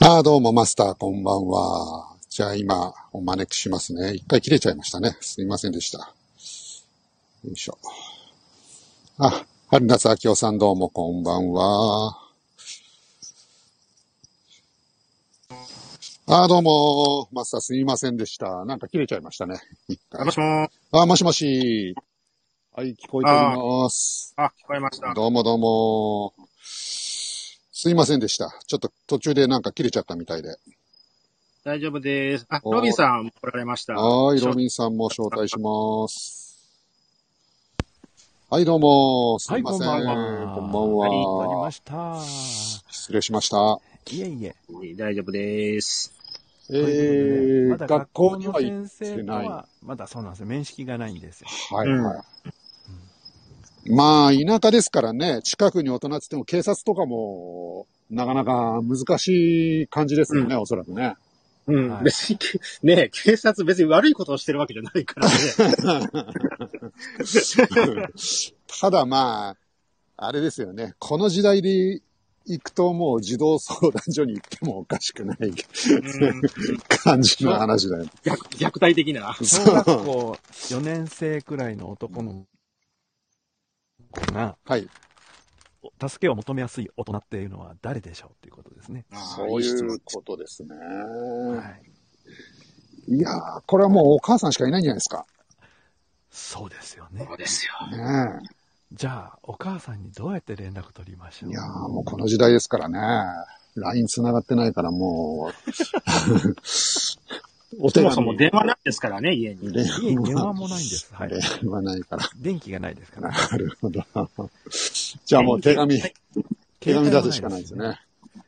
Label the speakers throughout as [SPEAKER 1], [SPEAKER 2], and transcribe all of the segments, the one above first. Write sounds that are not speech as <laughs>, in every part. [SPEAKER 1] ああ、どうもマスター、こんばんは。じゃあ今、お招きしますね。一回切れちゃいましたね。すいませんでした。よいしょ。あ、春夏秋夫さんどうもこんばんは。ああ、どうも、マスターすいませんでした。なんか切れちゃいましたね。一
[SPEAKER 2] あ、
[SPEAKER 1] 回。
[SPEAKER 2] もしも
[SPEAKER 1] ああ、もしもし。はい、聞こえており
[SPEAKER 2] あ
[SPEAKER 1] ます。
[SPEAKER 2] あ、あ、聞こえました。
[SPEAKER 1] どうもどうも。すいませんでした。ちょっと途中でなんか切れちゃったみたいで。
[SPEAKER 2] 大丈夫です。あ、ロビン
[SPEAKER 1] お
[SPEAKER 2] さん来られました。
[SPEAKER 1] はーい、
[SPEAKER 2] ショ
[SPEAKER 1] ロ
[SPEAKER 2] ー
[SPEAKER 1] ビンさんも招待します。はい、どうも、す
[SPEAKER 3] はいい、
[SPEAKER 1] ま
[SPEAKER 3] こん
[SPEAKER 1] せ
[SPEAKER 3] ばん
[SPEAKER 1] ん。こんばん
[SPEAKER 2] は
[SPEAKER 3] は。
[SPEAKER 2] い、
[SPEAKER 3] 始まりま
[SPEAKER 1] は。
[SPEAKER 3] した。
[SPEAKER 1] 失礼しました。
[SPEAKER 3] いえいえ。
[SPEAKER 2] 大丈夫です。
[SPEAKER 1] え
[SPEAKER 3] ということで、ま
[SPEAKER 1] ー、
[SPEAKER 3] だ
[SPEAKER 1] 学
[SPEAKER 3] 学
[SPEAKER 1] 校
[SPEAKER 3] 校
[SPEAKER 1] に
[SPEAKER 3] の
[SPEAKER 1] は行っ
[SPEAKER 3] 先生
[SPEAKER 1] て
[SPEAKER 3] と
[SPEAKER 1] ない。
[SPEAKER 3] は、まだそうなんですよ。面識がないんですよ。
[SPEAKER 1] はい
[SPEAKER 2] うん。
[SPEAKER 1] はい。まあ、田舎ですからね、近くに大人って言っても警察とかも、なかなか難しい感じです
[SPEAKER 2] う
[SPEAKER 1] よ
[SPEAKER 2] ん。
[SPEAKER 1] ね、おそらくね。 <laughs>
[SPEAKER 2] うん。
[SPEAKER 3] はい。
[SPEAKER 2] 別に、けねえ警察別に悪いことをしてるわけじゃないからね。
[SPEAKER 1] ただまあ、あれですよね。この時代で行くともう児童相談所に行ってもおかしくない
[SPEAKER 2] うん。
[SPEAKER 1] 感じの
[SPEAKER 2] 小
[SPEAKER 1] 話だよ。
[SPEAKER 2] 虐、虐待的な。
[SPEAKER 3] 小
[SPEAKER 1] <laughs>
[SPEAKER 3] 学
[SPEAKER 1] そう。
[SPEAKER 3] 校4年生くらいの男の子が、
[SPEAKER 1] はい。
[SPEAKER 3] 助けを求めやすい大人っていうのは誰でしょうっていうことですね。
[SPEAKER 2] ああ、
[SPEAKER 1] そ
[SPEAKER 2] いうい
[SPEAKER 1] い
[SPEAKER 2] 質問。
[SPEAKER 1] うことですね。
[SPEAKER 3] はい。
[SPEAKER 1] いやー、これはもうお母さんしかいないんじゃないですか。
[SPEAKER 3] そうですよ
[SPEAKER 2] そ
[SPEAKER 3] ね。
[SPEAKER 2] うですよ。
[SPEAKER 1] ね
[SPEAKER 3] じゃあ、お母さんにどうやって連絡取りまし
[SPEAKER 1] え。い
[SPEAKER 3] ょ
[SPEAKER 1] やー、もうこの時代ですからね。LINE 繋がってないからもう、お
[SPEAKER 2] そ
[SPEAKER 1] 手
[SPEAKER 2] もそも
[SPEAKER 1] 紙、
[SPEAKER 2] 電話ないですからね、家に。
[SPEAKER 1] 電
[SPEAKER 3] う家に電
[SPEAKER 1] 話、
[SPEAKER 3] 話もないんです。はい。
[SPEAKER 1] <laughs> 電話ないから。
[SPEAKER 3] 電気がないですからね。
[SPEAKER 1] なるほど。じゃあもう手
[SPEAKER 2] 電気が
[SPEAKER 1] 紙、
[SPEAKER 2] ない。
[SPEAKER 1] <laughs> 手紙
[SPEAKER 3] 携帯
[SPEAKER 1] 出
[SPEAKER 3] も
[SPEAKER 1] す
[SPEAKER 3] な
[SPEAKER 1] し
[SPEAKER 3] い
[SPEAKER 1] か
[SPEAKER 3] で
[SPEAKER 1] ない
[SPEAKER 3] す
[SPEAKER 1] で
[SPEAKER 3] し
[SPEAKER 1] す
[SPEAKER 3] ね。
[SPEAKER 1] ね。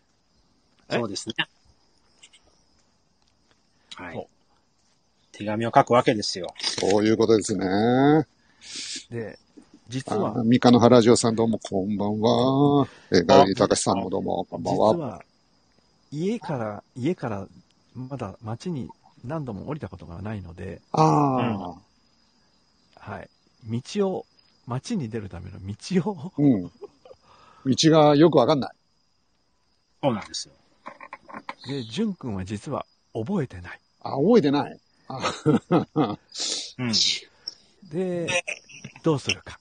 [SPEAKER 3] え
[SPEAKER 2] そうですね。はい。
[SPEAKER 3] そ
[SPEAKER 2] 手紙を書くわけですよ。
[SPEAKER 1] そういうことですね。あ
[SPEAKER 3] う。で、実は、
[SPEAKER 1] ー、三日の原ジオさんどうもこんばんは。えー、ガ
[SPEAKER 2] あ、
[SPEAKER 1] イリー隆さんもどうもこんばん
[SPEAKER 3] 実
[SPEAKER 1] は。
[SPEAKER 3] は、家から、家からまだ街に何度も降りたことがないので、
[SPEAKER 2] うん。
[SPEAKER 1] ああ、
[SPEAKER 3] はい。道を、街に出るための道を
[SPEAKER 1] うん。道がよくわかんない。
[SPEAKER 2] そうなんですよ。
[SPEAKER 3] で、淳くんは実は覚えてない。
[SPEAKER 1] あ、覚えてない。あ
[SPEAKER 2] うん。
[SPEAKER 3] で、どうするか。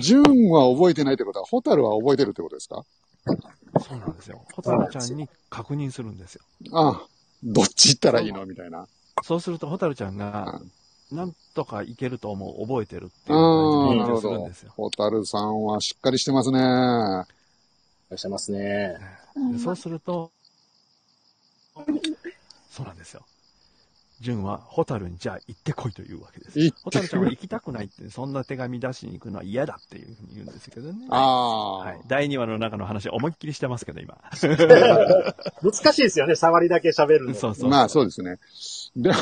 [SPEAKER 1] 純は覚えてないってことは、ホタルは覚えてるってことですか
[SPEAKER 3] そうなんですよ。
[SPEAKER 2] そう
[SPEAKER 3] ホタ
[SPEAKER 2] な
[SPEAKER 3] ル
[SPEAKER 2] んで
[SPEAKER 3] ちゃ
[SPEAKER 2] す
[SPEAKER 3] ん
[SPEAKER 2] よ。
[SPEAKER 3] に確認するんですよ。
[SPEAKER 1] ああ、どっち行ったら
[SPEAKER 3] そ、
[SPEAKER 1] いいうのみたいな。
[SPEAKER 3] そうするとホタルちゃんが、
[SPEAKER 1] あ
[SPEAKER 3] なんとかいけると思う、覚えてるっていう感じで
[SPEAKER 1] あー、
[SPEAKER 3] 返
[SPEAKER 1] なる
[SPEAKER 3] 事を
[SPEAKER 1] ほ
[SPEAKER 3] するん
[SPEAKER 1] ど。
[SPEAKER 3] ですよ。
[SPEAKER 1] ホタルさんはしっかりしてますね。
[SPEAKER 2] してますね。
[SPEAKER 3] でそうすると、そうなんですよ。純は、ホタルにじゃあ行ってこいというわけですよ。
[SPEAKER 1] 行っ
[SPEAKER 3] ホ
[SPEAKER 1] て
[SPEAKER 3] タルちゃん
[SPEAKER 1] く
[SPEAKER 3] は
[SPEAKER 1] る。
[SPEAKER 3] 行きたくないって、そんな手紙出しに行くのは嫌だっていうふうに言うんですけどね。は
[SPEAKER 1] あ
[SPEAKER 3] い。第2話の中の話、思いっきりしてますけど、今。
[SPEAKER 1] あ。
[SPEAKER 2] <laughs> 難しいですよね、触りだけ喋るの。
[SPEAKER 3] そうそう
[SPEAKER 1] まあ
[SPEAKER 3] そ
[SPEAKER 1] そうですね。で、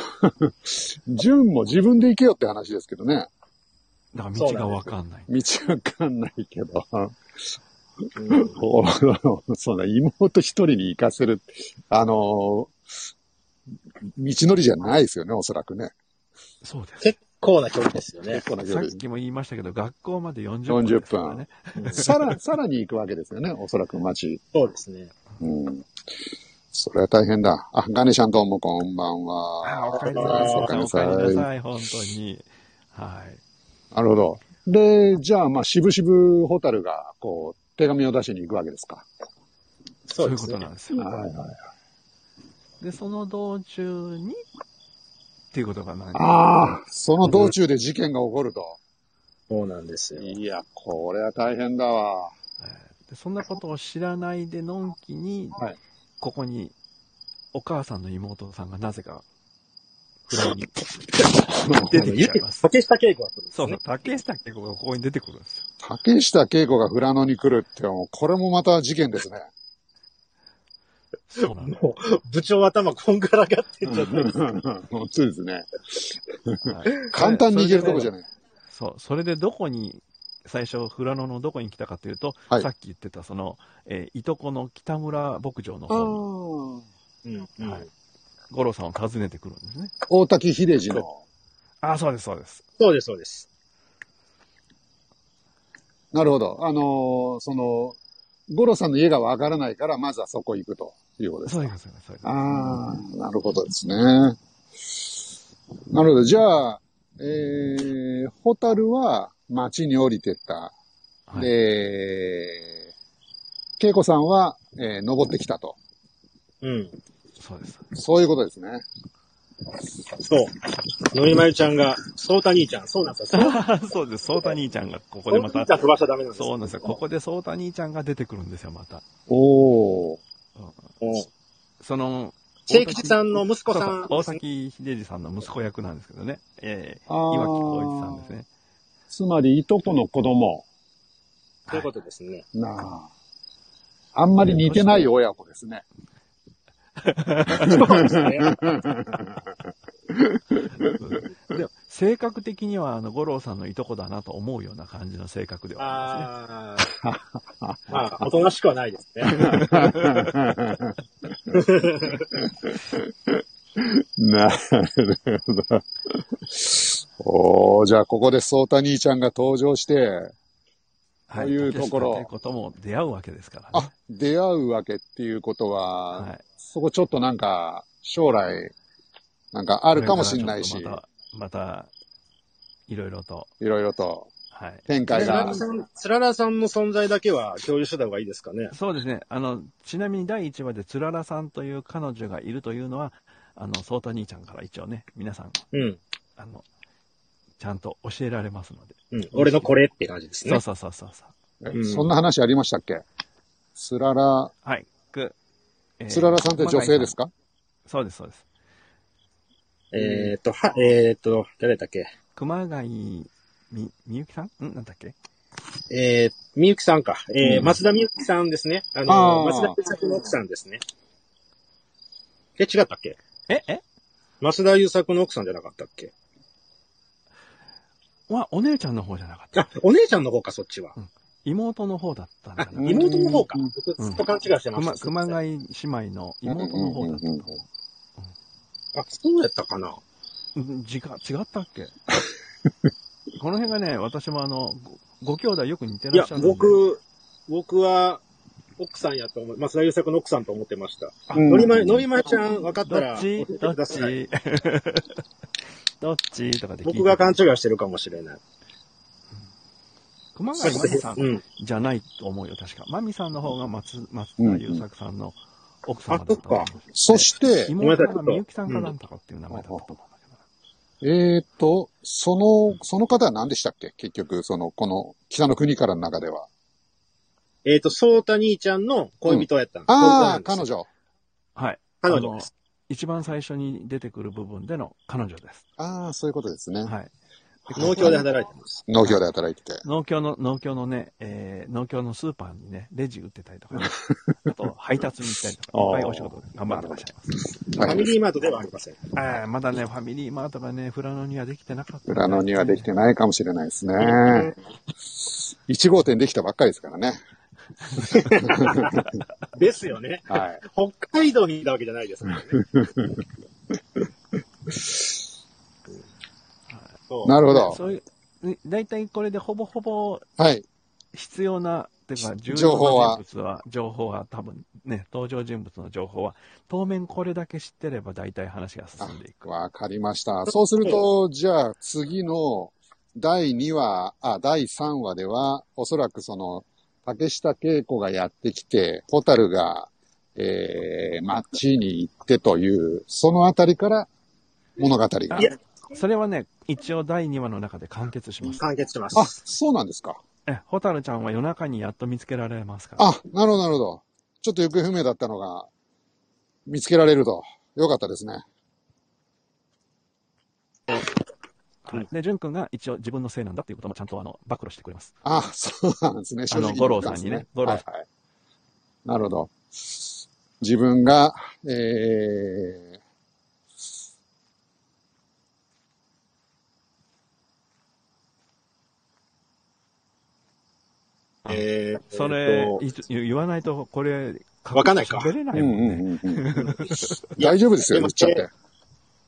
[SPEAKER 1] <laughs> 純も自分で行けよって話ですけどね。
[SPEAKER 3] う。だから道
[SPEAKER 2] そうな
[SPEAKER 3] が
[SPEAKER 2] んで
[SPEAKER 3] わ
[SPEAKER 2] すよ。
[SPEAKER 3] かんない。
[SPEAKER 1] 道わかんないけど。 <laughs>
[SPEAKER 2] うん。
[SPEAKER 1] おそんな妹一人に行かせる、あの、道のりじゃないですよね、おそらくね。
[SPEAKER 3] そうです。
[SPEAKER 2] 結構な距離ですよね。
[SPEAKER 1] 結構な距
[SPEAKER 3] さっ
[SPEAKER 1] 離。
[SPEAKER 3] きも言いましたけど、学校まで40分
[SPEAKER 1] 40
[SPEAKER 3] ですから
[SPEAKER 1] 分。
[SPEAKER 3] ね。
[SPEAKER 2] うん、
[SPEAKER 1] さら、さらに行くわけですよね、おそらく街。
[SPEAKER 2] <laughs> そうですね。
[SPEAKER 1] うん。それは大変だ。あ、ガネシャンどうもこんばん
[SPEAKER 3] ああ、お
[SPEAKER 1] は。
[SPEAKER 3] 帰り
[SPEAKER 1] お
[SPEAKER 3] な
[SPEAKER 1] かえ
[SPEAKER 3] さい、ガ
[SPEAKER 1] お
[SPEAKER 3] ネ
[SPEAKER 1] か
[SPEAKER 3] さ
[SPEAKER 1] え
[SPEAKER 3] ん、
[SPEAKER 1] りな
[SPEAKER 3] お
[SPEAKER 1] さ。
[SPEAKER 3] 帰りないさい、本当に。はい。
[SPEAKER 1] なるほど。で、じゃあ、まあ、しぶしぶホタルが、こう、手紙を出しに行くわけですか。
[SPEAKER 2] そ
[SPEAKER 3] そう
[SPEAKER 2] うで
[SPEAKER 3] いうこ
[SPEAKER 2] す
[SPEAKER 3] と
[SPEAKER 2] ね。
[SPEAKER 3] なんですよ。
[SPEAKER 1] はいはい。
[SPEAKER 3] で、その道中に、っていうことが何か起こるん
[SPEAKER 1] ああ、
[SPEAKER 3] です
[SPEAKER 1] その
[SPEAKER 2] う
[SPEAKER 1] 道
[SPEAKER 2] ん、
[SPEAKER 1] 中で事件が起こると。
[SPEAKER 2] そうなんですよ。
[SPEAKER 1] いや、これは大変だわ。
[SPEAKER 3] えーでそんなことを知らないでのんきに、
[SPEAKER 1] はい。
[SPEAKER 3] ここにお母さんの妹さんがなぜかフライに出
[SPEAKER 2] で、
[SPEAKER 3] てき
[SPEAKER 2] ゆ
[SPEAKER 3] ちゃいます。
[SPEAKER 2] 竹下稽古が来るんです
[SPEAKER 3] そうそう、
[SPEAKER 2] ね。
[SPEAKER 3] 竹下って子がここに出てくるんですよ。
[SPEAKER 1] 竹下恵子が富良野に来るって、もう、これもまた事件
[SPEAKER 3] <laughs>
[SPEAKER 1] ですね。
[SPEAKER 3] そうなの。
[SPEAKER 2] もう、部長頭こんがらがってんじゃないですか。
[SPEAKER 1] 本当ですね。
[SPEAKER 3] はい。
[SPEAKER 1] 簡
[SPEAKER 3] で、
[SPEAKER 1] 単
[SPEAKER 3] そ
[SPEAKER 1] に行
[SPEAKER 3] れ
[SPEAKER 1] け
[SPEAKER 3] で
[SPEAKER 1] るとこ
[SPEAKER 3] ね、
[SPEAKER 1] じゃない。
[SPEAKER 3] そう、それでどこに、最初、富良野のどこに来たかというと、
[SPEAKER 1] はい。
[SPEAKER 3] さっき言ってた、その、えーいとこの北村牧場の
[SPEAKER 1] あ
[SPEAKER 3] 方に、
[SPEAKER 1] あ。
[SPEAKER 2] うん、う
[SPEAKER 3] はい、
[SPEAKER 2] ん。
[SPEAKER 3] 五郎さんを訪ねてくるんですね。
[SPEAKER 1] 大滝秀治の。
[SPEAKER 3] ああ、そうです、そうです。
[SPEAKER 2] そうです、そうです。
[SPEAKER 1] なるほど。あのーその、五郎さんの家がわからないから、まずはそこ行くと。いうことです
[SPEAKER 3] そう
[SPEAKER 1] か
[SPEAKER 3] いうこと、そういうことそういうこと。
[SPEAKER 1] ああ、なるほどですね。なるほど。じゃあ、えー、ホタルは町に降りてった。
[SPEAKER 3] はい
[SPEAKER 1] で、恵子さんは、えー登ってきたと。
[SPEAKER 2] うん。
[SPEAKER 3] そう <laughs> です。
[SPEAKER 1] そういうことですね。
[SPEAKER 2] そう。のりまゆちゃんが、そうた兄ちゃん。そうなん
[SPEAKER 3] <laughs>
[SPEAKER 2] ですよ。そう
[SPEAKER 3] そうです。ソータ兄ちゃんがこ
[SPEAKER 2] そ
[SPEAKER 3] こ
[SPEAKER 2] う
[SPEAKER 3] で
[SPEAKER 2] た兄
[SPEAKER 3] ま
[SPEAKER 2] ちゃん
[SPEAKER 3] た、
[SPEAKER 2] 飛ばしちゃダメなんですよ
[SPEAKER 3] そうなんですよ。ここでソータ兄ちゃんが出てくるんですよ、また。
[SPEAKER 1] おー。
[SPEAKER 2] もう
[SPEAKER 3] その、
[SPEAKER 2] 聖吉さんの息子
[SPEAKER 3] そう
[SPEAKER 2] さ。
[SPEAKER 3] そうん大崎秀治さんの息子役なんですけどね。ええ
[SPEAKER 1] あー
[SPEAKER 3] 岩木浩一さんですね。
[SPEAKER 1] つまり、いとこの子供。
[SPEAKER 2] ということです
[SPEAKER 3] <laughs>
[SPEAKER 2] ね。
[SPEAKER 1] なあ。あんまり似てない親子ですね。
[SPEAKER 2] そうですね。
[SPEAKER 3] でも性格的には、あの、五郎さんのいとこだなと思うような感じの性格ではあ
[SPEAKER 2] ああ。まあ、おとなしくはないですね。
[SPEAKER 1] <laughs> なるほど。おー、じゃあここでソータ兄ちゃんが登場して、
[SPEAKER 3] りますね。
[SPEAKER 1] というところ
[SPEAKER 3] 竹下ということも出会うわけですからね
[SPEAKER 1] あ。、出会うわけっていうことは、
[SPEAKER 3] はい。
[SPEAKER 1] そこちょっとなんか、将来、なんかあるかもしんないし、
[SPEAKER 3] これからちょっとまた、また、いろいろと、
[SPEAKER 1] いろいろと
[SPEAKER 3] はい。
[SPEAKER 1] 展開
[SPEAKER 2] つら
[SPEAKER 1] が
[SPEAKER 2] ら。さん、つららさんの存在だけは共有してた方がいいですかね。
[SPEAKER 3] そうですね。あの、ちなみに第1話で、つららさんという彼女がいるというのは、あの、ソータ兄ちゃんから一応ね、皆さん、
[SPEAKER 2] うん。
[SPEAKER 3] あの、ちゃんと教えられますので。
[SPEAKER 2] うん。俺のこれって感じです
[SPEAKER 3] そう
[SPEAKER 2] ね。
[SPEAKER 3] そうそうそうそう。
[SPEAKER 1] え
[SPEAKER 2] うん
[SPEAKER 1] そんな話ありましたっけつらら、
[SPEAKER 3] はい。く、えー
[SPEAKER 1] つららさんって女性ですか
[SPEAKER 3] そうです、そうです。
[SPEAKER 2] えっと、は、えっと、誰だっけ
[SPEAKER 3] 熊谷み、みゆきさんんなんだっけ
[SPEAKER 2] えー、みゆきさんか。えー、
[SPEAKER 1] うん
[SPEAKER 2] 松田みゆきさんですね。あの、
[SPEAKER 1] あー
[SPEAKER 2] 松田優作の奥さんですね。え、違ったっけ
[SPEAKER 3] ええ
[SPEAKER 2] 松田優作の奥さんじゃなかったっけ
[SPEAKER 3] わ、お姉ちゃんの方じゃなかった。
[SPEAKER 2] あ、お姉ちゃんの方か、そっちは。
[SPEAKER 3] 妹の方だったん
[SPEAKER 2] あ
[SPEAKER 3] だ、な。
[SPEAKER 2] 妹の方か
[SPEAKER 1] うん。
[SPEAKER 2] 僕ずっと勘違いしてました。
[SPEAKER 3] 熊熊
[SPEAKER 2] すいま
[SPEAKER 3] 谷姉妹の妹の方だったと思う
[SPEAKER 2] せんあ、そうやったかな。
[SPEAKER 3] うん違違ったっ
[SPEAKER 2] <laughs>
[SPEAKER 3] けこの辺がね、私もあの、ごご兄弟よく似て
[SPEAKER 2] い
[SPEAKER 3] ら
[SPEAKER 2] や
[SPEAKER 3] っしゃる、ので
[SPEAKER 2] 僕、僕は、奥さんやと思い、松田優作の奥さんと思ってました。
[SPEAKER 1] うん
[SPEAKER 2] のりま、のりまちゃん、分かっ
[SPEAKER 3] ど
[SPEAKER 2] たら
[SPEAKER 3] っ
[SPEAKER 2] 教え
[SPEAKER 3] ち
[SPEAKER 2] て
[SPEAKER 3] ど
[SPEAKER 2] く
[SPEAKER 3] っ
[SPEAKER 2] ださい、
[SPEAKER 3] ち <laughs> どっちとかで聞いて
[SPEAKER 2] 僕が勘違いしてるかもしれない。
[SPEAKER 3] 熊谷真美さん
[SPEAKER 2] うん。
[SPEAKER 3] じゃないと思うよ、確か。真美さんの方が松松田優作さんの奥様だったと思う
[SPEAKER 2] あそ
[SPEAKER 1] そして、
[SPEAKER 3] 妹がみゆきさんかなんとかっていう名前だったと思うんだけどな。
[SPEAKER 1] えーっと、その、その方は何でしたっけ結局、その、この、北の国からの中では。
[SPEAKER 2] えっ、と、そうた兄ちゃんの恋人やったんです
[SPEAKER 1] ああ、彼。女。
[SPEAKER 3] はい。
[SPEAKER 2] 彼
[SPEAKER 3] あ
[SPEAKER 2] 女
[SPEAKER 3] の
[SPEAKER 2] です。
[SPEAKER 3] 一番最初に出てくる部分での彼女です。
[SPEAKER 1] ああ、そういうことですね。
[SPEAKER 3] はい。
[SPEAKER 2] 農協で働いてます。
[SPEAKER 1] 農業で働いてて。
[SPEAKER 3] 農協の、農協のね、えー農協のスーパーにね、レジ打ってたり
[SPEAKER 1] <laughs>
[SPEAKER 3] とか、ね、あと配達に行ったりとか、
[SPEAKER 1] あー
[SPEAKER 3] いっぱいお仕事頑張ってらっしゃいます。
[SPEAKER 2] フ
[SPEAKER 1] は
[SPEAKER 2] ァ
[SPEAKER 1] い
[SPEAKER 2] ミ。リーマートではありません。
[SPEAKER 3] あーまだね、ファミリーマートがね、富良野にはできてなかった。
[SPEAKER 1] 裏のにはできてないかもしれないですね。1号店できたばっかりですからね。
[SPEAKER 2] ですよね。
[SPEAKER 1] はい。
[SPEAKER 2] 北海道にいたわけじゃないですからね。そう
[SPEAKER 1] <laughs> なるほ
[SPEAKER 3] そう
[SPEAKER 1] ど。
[SPEAKER 3] そういう、だいたいこれでほぼほぼ
[SPEAKER 1] はい。
[SPEAKER 3] 必要な、てか、重
[SPEAKER 1] 情報
[SPEAKER 3] 要
[SPEAKER 1] は
[SPEAKER 3] な人物は、情報は多分ね、登場人物の情報は、当面これだけ知ってれば大体話が進んでいく。
[SPEAKER 1] わかりました。そうすると、じゃあ次の第2話、あ、第3話では、おそらくその、竹下恵子がやってきて、ホタルが、えー、町に行ってという、そのあたりから物語が
[SPEAKER 3] あ
[SPEAKER 2] い。や
[SPEAKER 3] それはね、一応第2話の中で完結します。
[SPEAKER 2] 完結してま
[SPEAKER 1] あ、
[SPEAKER 2] す。
[SPEAKER 1] そうなんですか。
[SPEAKER 3] え、ホタルちゃんは夜中にやっと見つけられますから。
[SPEAKER 1] あ、なるほど、なるほど。ちょっと行方不明だったのが、見つけられると。よかったですね。
[SPEAKER 3] はい、で、淳君が一応自分のせいなんだっていうこともちゃんとあの、暴露してくれます。
[SPEAKER 1] あ、そうなんですね。正直
[SPEAKER 3] あの五郎さんにね
[SPEAKER 1] 言
[SPEAKER 3] 五
[SPEAKER 1] った
[SPEAKER 3] 郎
[SPEAKER 1] です
[SPEAKER 3] さ
[SPEAKER 1] はいはい。なるほど。自分が、えー、
[SPEAKER 2] えー
[SPEAKER 3] そ
[SPEAKER 2] え
[SPEAKER 3] れ
[SPEAKER 2] ー、と
[SPEAKER 3] いつ言わないと、これ、
[SPEAKER 2] わかんないか
[SPEAKER 3] 喋れな
[SPEAKER 1] う
[SPEAKER 3] い
[SPEAKER 1] ん
[SPEAKER 3] も
[SPEAKER 1] う
[SPEAKER 3] んね。
[SPEAKER 1] んうんうん。大丈夫ですよ、言
[SPEAKER 2] でも
[SPEAKER 1] っちゃって。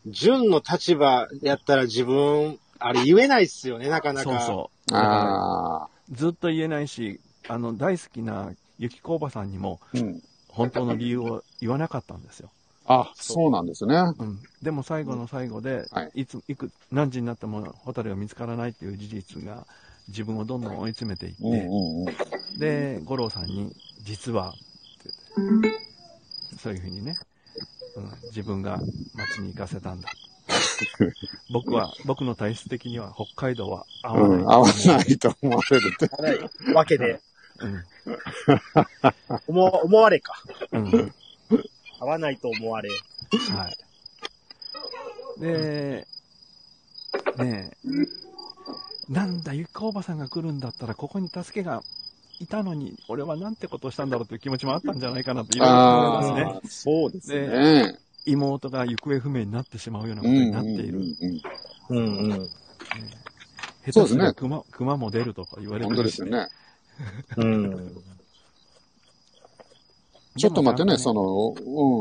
[SPEAKER 2] 純の立場やったら自分、あれ言えないっすよね、なかなか。
[SPEAKER 3] そうそう。だから
[SPEAKER 1] ああ、
[SPEAKER 3] ずっと言えないし、あの、大好きなゆきこおばさんにも、
[SPEAKER 1] うん。
[SPEAKER 3] 本当の理由を言わなかったんですよ。
[SPEAKER 1] あ、そうなんですね。
[SPEAKER 3] うん、でも最後の最後で、、
[SPEAKER 1] はい
[SPEAKER 3] ついく何時になってもホタルが見つからないっていう事実が自分をどんどん追い詰めていって、
[SPEAKER 1] うんうんうん。
[SPEAKER 3] で、五郎さんに、実は、って言ってそういうふうにね、うん、自分が町に行か
[SPEAKER 1] <laughs>
[SPEAKER 3] せたんだ。僕は、僕の体質的には北海道は合わ
[SPEAKER 1] う
[SPEAKER 3] な
[SPEAKER 1] ん、
[SPEAKER 3] い。
[SPEAKER 1] 合わないと思われるって。
[SPEAKER 2] あれわけで、
[SPEAKER 3] うん
[SPEAKER 2] 思わ、思われか。
[SPEAKER 3] うん
[SPEAKER 2] 合わないと思われ。
[SPEAKER 3] はい。で、ねえ、なんだ、ゆきこおばさんが来るんだったら、ここに助けがいたのに、俺はなんてことをしたんだろうという気持ちもあったんじゃないかなといろいろ
[SPEAKER 1] あ
[SPEAKER 3] 考えますね。
[SPEAKER 1] あ、そうですね。
[SPEAKER 3] 妹が行方不明になってしまうような
[SPEAKER 1] う
[SPEAKER 3] こ
[SPEAKER 1] ん
[SPEAKER 3] と
[SPEAKER 1] う
[SPEAKER 3] に
[SPEAKER 1] ん
[SPEAKER 3] な
[SPEAKER 1] う
[SPEAKER 3] っ
[SPEAKER 1] ん
[SPEAKER 3] ている。
[SPEAKER 1] うん。
[SPEAKER 2] うんうん。
[SPEAKER 3] 下手す
[SPEAKER 1] そうです
[SPEAKER 3] り
[SPEAKER 1] ね
[SPEAKER 3] ゃ熊熊も出るとか言われて
[SPEAKER 1] 本
[SPEAKER 3] る
[SPEAKER 1] 当で
[SPEAKER 3] し
[SPEAKER 1] すよね。
[SPEAKER 2] うん。
[SPEAKER 1] ちょっと待ってね、そ
[SPEAKER 3] の。
[SPEAKER 1] の、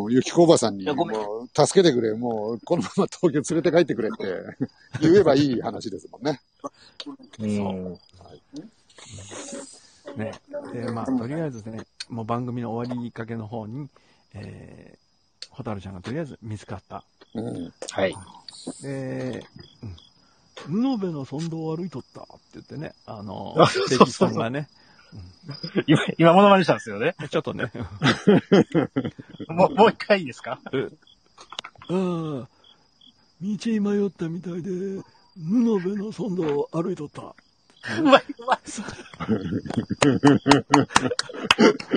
[SPEAKER 1] うん、ゆきこおばさんに、
[SPEAKER 2] いやごめん
[SPEAKER 1] もう、助けてくれ、もう、このまま東京連れて帰ってくれって、言えばいい話ですもんね。
[SPEAKER 2] うん。
[SPEAKER 3] ね。で、まあ、とりあえずね、もう番組の終わりかけの方に、えー、ホタルちゃんがとりあえず見つかった。
[SPEAKER 1] うん。 <laughs>
[SPEAKER 2] はい。
[SPEAKER 3] で、うん。布部の村道を歩いとったって言ってね、あの
[SPEAKER 2] あそう、
[SPEAKER 3] デ
[SPEAKER 2] そう
[SPEAKER 3] キさんがね、
[SPEAKER 2] 今、今、モノマネしたんです
[SPEAKER 1] <laughs>
[SPEAKER 2] よね。
[SPEAKER 3] ちょっとね、
[SPEAKER 2] もう、もう一回いいですか
[SPEAKER 3] ああ、道迷ったみたいで、布部の村道を歩いとった。
[SPEAKER 2] うまい、うまい。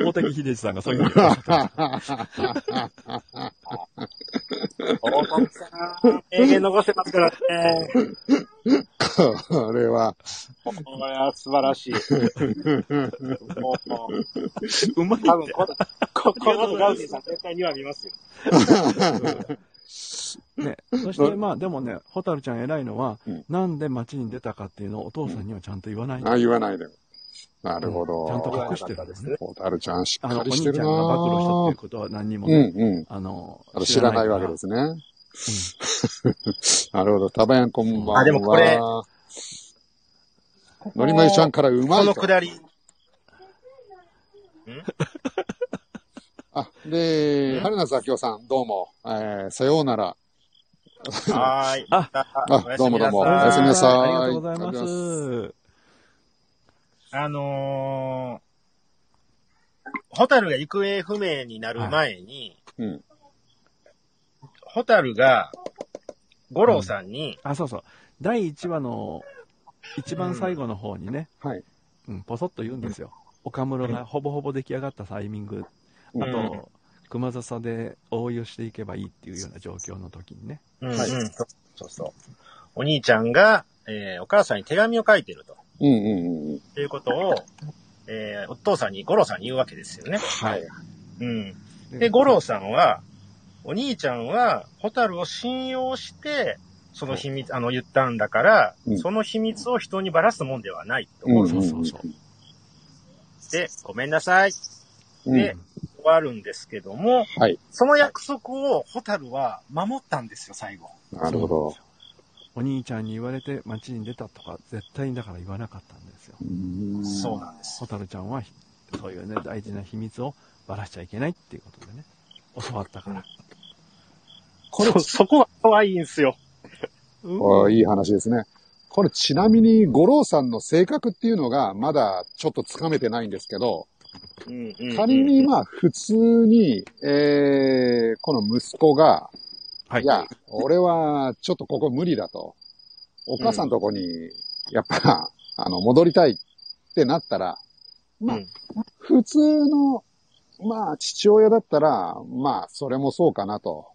[SPEAKER 3] 大竹秀治さんがそういうのを
[SPEAKER 2] 大谷さん、名言残してますからね。
[SPEAKER 1] これは、
[SPEAKER 2] これは素晴らしい。もう、もう
[SPEAKER 1] <laughs>
[SPEAKER 3] うまい
[SPEAKER 2] 多
[SPEAKER 3] っ
[SPEAKER 2] 分
[SPEAKER 3] て。
[SPEAKER 2] こ、こ、このガウディさん絶対には見ますよ。
[SPEAKER 3] ね、そしてまあでもね、ホタルちゃん偉いのは、
[SPEAKER 1] うん
[SPEAKER 3] なんで街に出たかっていうのをお父さんにはちゃんと言わない。
[SPEAKER 1] あ、言わないで。なるほど。
[SPEAKER 3] ちゃんと
[SPEAKER 2] 隠
[SPEAKER 3] 隠
[SPEAKER 2] し
[SPEAKER 3] してて
[SPEAKER 2] るの
[SPEAKER 3] る
[SPEAKER 2] ね
[SPEAKER 3] ね。
[SPEAKER 1] ホタルちゃん、しっ
[SPEAKER 3] あの、
[SPEAKER 1] か
[SPEAKER 3] お
[SPEAKER 1] り
[SPEAKER 3] 兄
[SPEAKER 1] し
[SPEAKER 3] ち
[SPEAKER 1] て
[SPEAKER 3] ゃ
[SPEAKER 1] る
[SPEAKER 3] ん
[SPEAKER 1] な
[SPEAKER 3] が暴露したっていうことは何にも、
[SPEAKER 1] うんうん。
[SPEAKER 3] あの。
[SPEAKER 1] あの、知らないわけですすね。 <laughs> なるほど。たばやんこんばんは。
[SPEAKER 2] あでもこれ
[SPEAKER 1] のりまゆちゃんからうま
[SPEAKER 2] こ
[SPEAKER 1] い
[SPEAKER 2] の
[SPEAKER 1] と
[SPEAKER 2] く。だり。
[SPEAKER 1] あ、で、春夏秋夫さん、どうも。えー、さようなら。
[SPEAKER 2] はーい。
[SPEAKER 3] あ
[SPEAKER 1] あ、どうもどうも。お
[SPEAKER 2] お
[SPEAKER 1] や
[SPEAKER 2] や
[SPEAKER 1] す
[SPEAKER 2] す
[SPEAKER 1] みな
[SPEAKER 2] みな
[SPEAKER 1] さ
[SPEAKER 2] さ
[SPEAKER 1] い。
[SPEAKER 3] ありがとうございま。
[SPEAKER 1] ありがとうございます
[SPEAKER 2] あのー、ホタルが行方不明になる前に、
[SPEAKER 1] うん。
[SPEAKER 2] ホタルが、五郎さんに、
[SPEAKER 3] あ、そうそう。第1話の、一番最後の方にね、
[SPEAKER 1] はい。
[SPEAKER 3] うん、ポソッと言うんですよ。岡室がほぼほぼ出来上がったタイミング、あ
[SPEAKER 1] うん
[SPEAKER 3] と、熊笹で応用していけばいいっていうような状況の時にね。
[SPEAKER 2] うん、
[SPEAKER 1] はい
[SPEAKER 2] うん、そうそうそう。お兄ちゃんが、えーお母さんに手紙を書いてると。
[SPEAKER 1] うんうんうん。
[SPEAKER 2] ということを、えーお父さんに、五郎さんに言うわけですよね。
[SPEAKER 1] はい。
[SPEAKER 2] うん。で、五郎さんは、お兄ちゃんは、ホタルを信用して、その秘密、あの、言ったんだから、
[SPEAKER 1] うん
[SPEAKER 2] その秘密を人にばらすもんではないと
[SPEAKER 1] う
[SPEAKER 2] 思
[SPEAKER 1] ん
[SPEAKER 2] っ
[SPEAKER 3] そうそうそう。
[SPEAKER 2] て、ごめんなさいって
[SPEAKER 1] うん。
[SPEAKER 2] 終わるんですけども、
[SPEAKER 1] はい。
[SPEAKER 2] その約束をホタルは守ったんですよ、最後。
[SPEAKER 1] なるほど。
[SPEAKER 3] お兄ちゃんに言われて街に出たとか、絶対にだから言わなかったんですよ。
[SPEAKER 1] うん
[SPEAKER 2] そうなんです。
[SPEAKER 3] ホタルちゃんは、ひそういうね、大事な秘密をばらしちゃいけないっていうことでね、教わったから。
[SPEAKER 1] これ
[SPEAKER 2] そ、そこが怖いんですよ。
[SPEAKER 1] おいい話ですね。これちなみに、五郎さんの性格っていうのが、まだちょっとつかめてないんですけど、
[SPEAKER 2] うんうんうん
[SPEAKER 1] 仮に、まあ、普通に、えー、この息子が、
[SPEAKER 3] はい。
[SPEAKER 1] いや、俺はちょっとここ無理だと。お母さんとこに、やっぱ、あの、戻りたいってなったら、まあ
[SPEAKER 2] うん、
[SPEAKER 1] 普通の、まあ、父親だったら、まあ、それもそうかなと。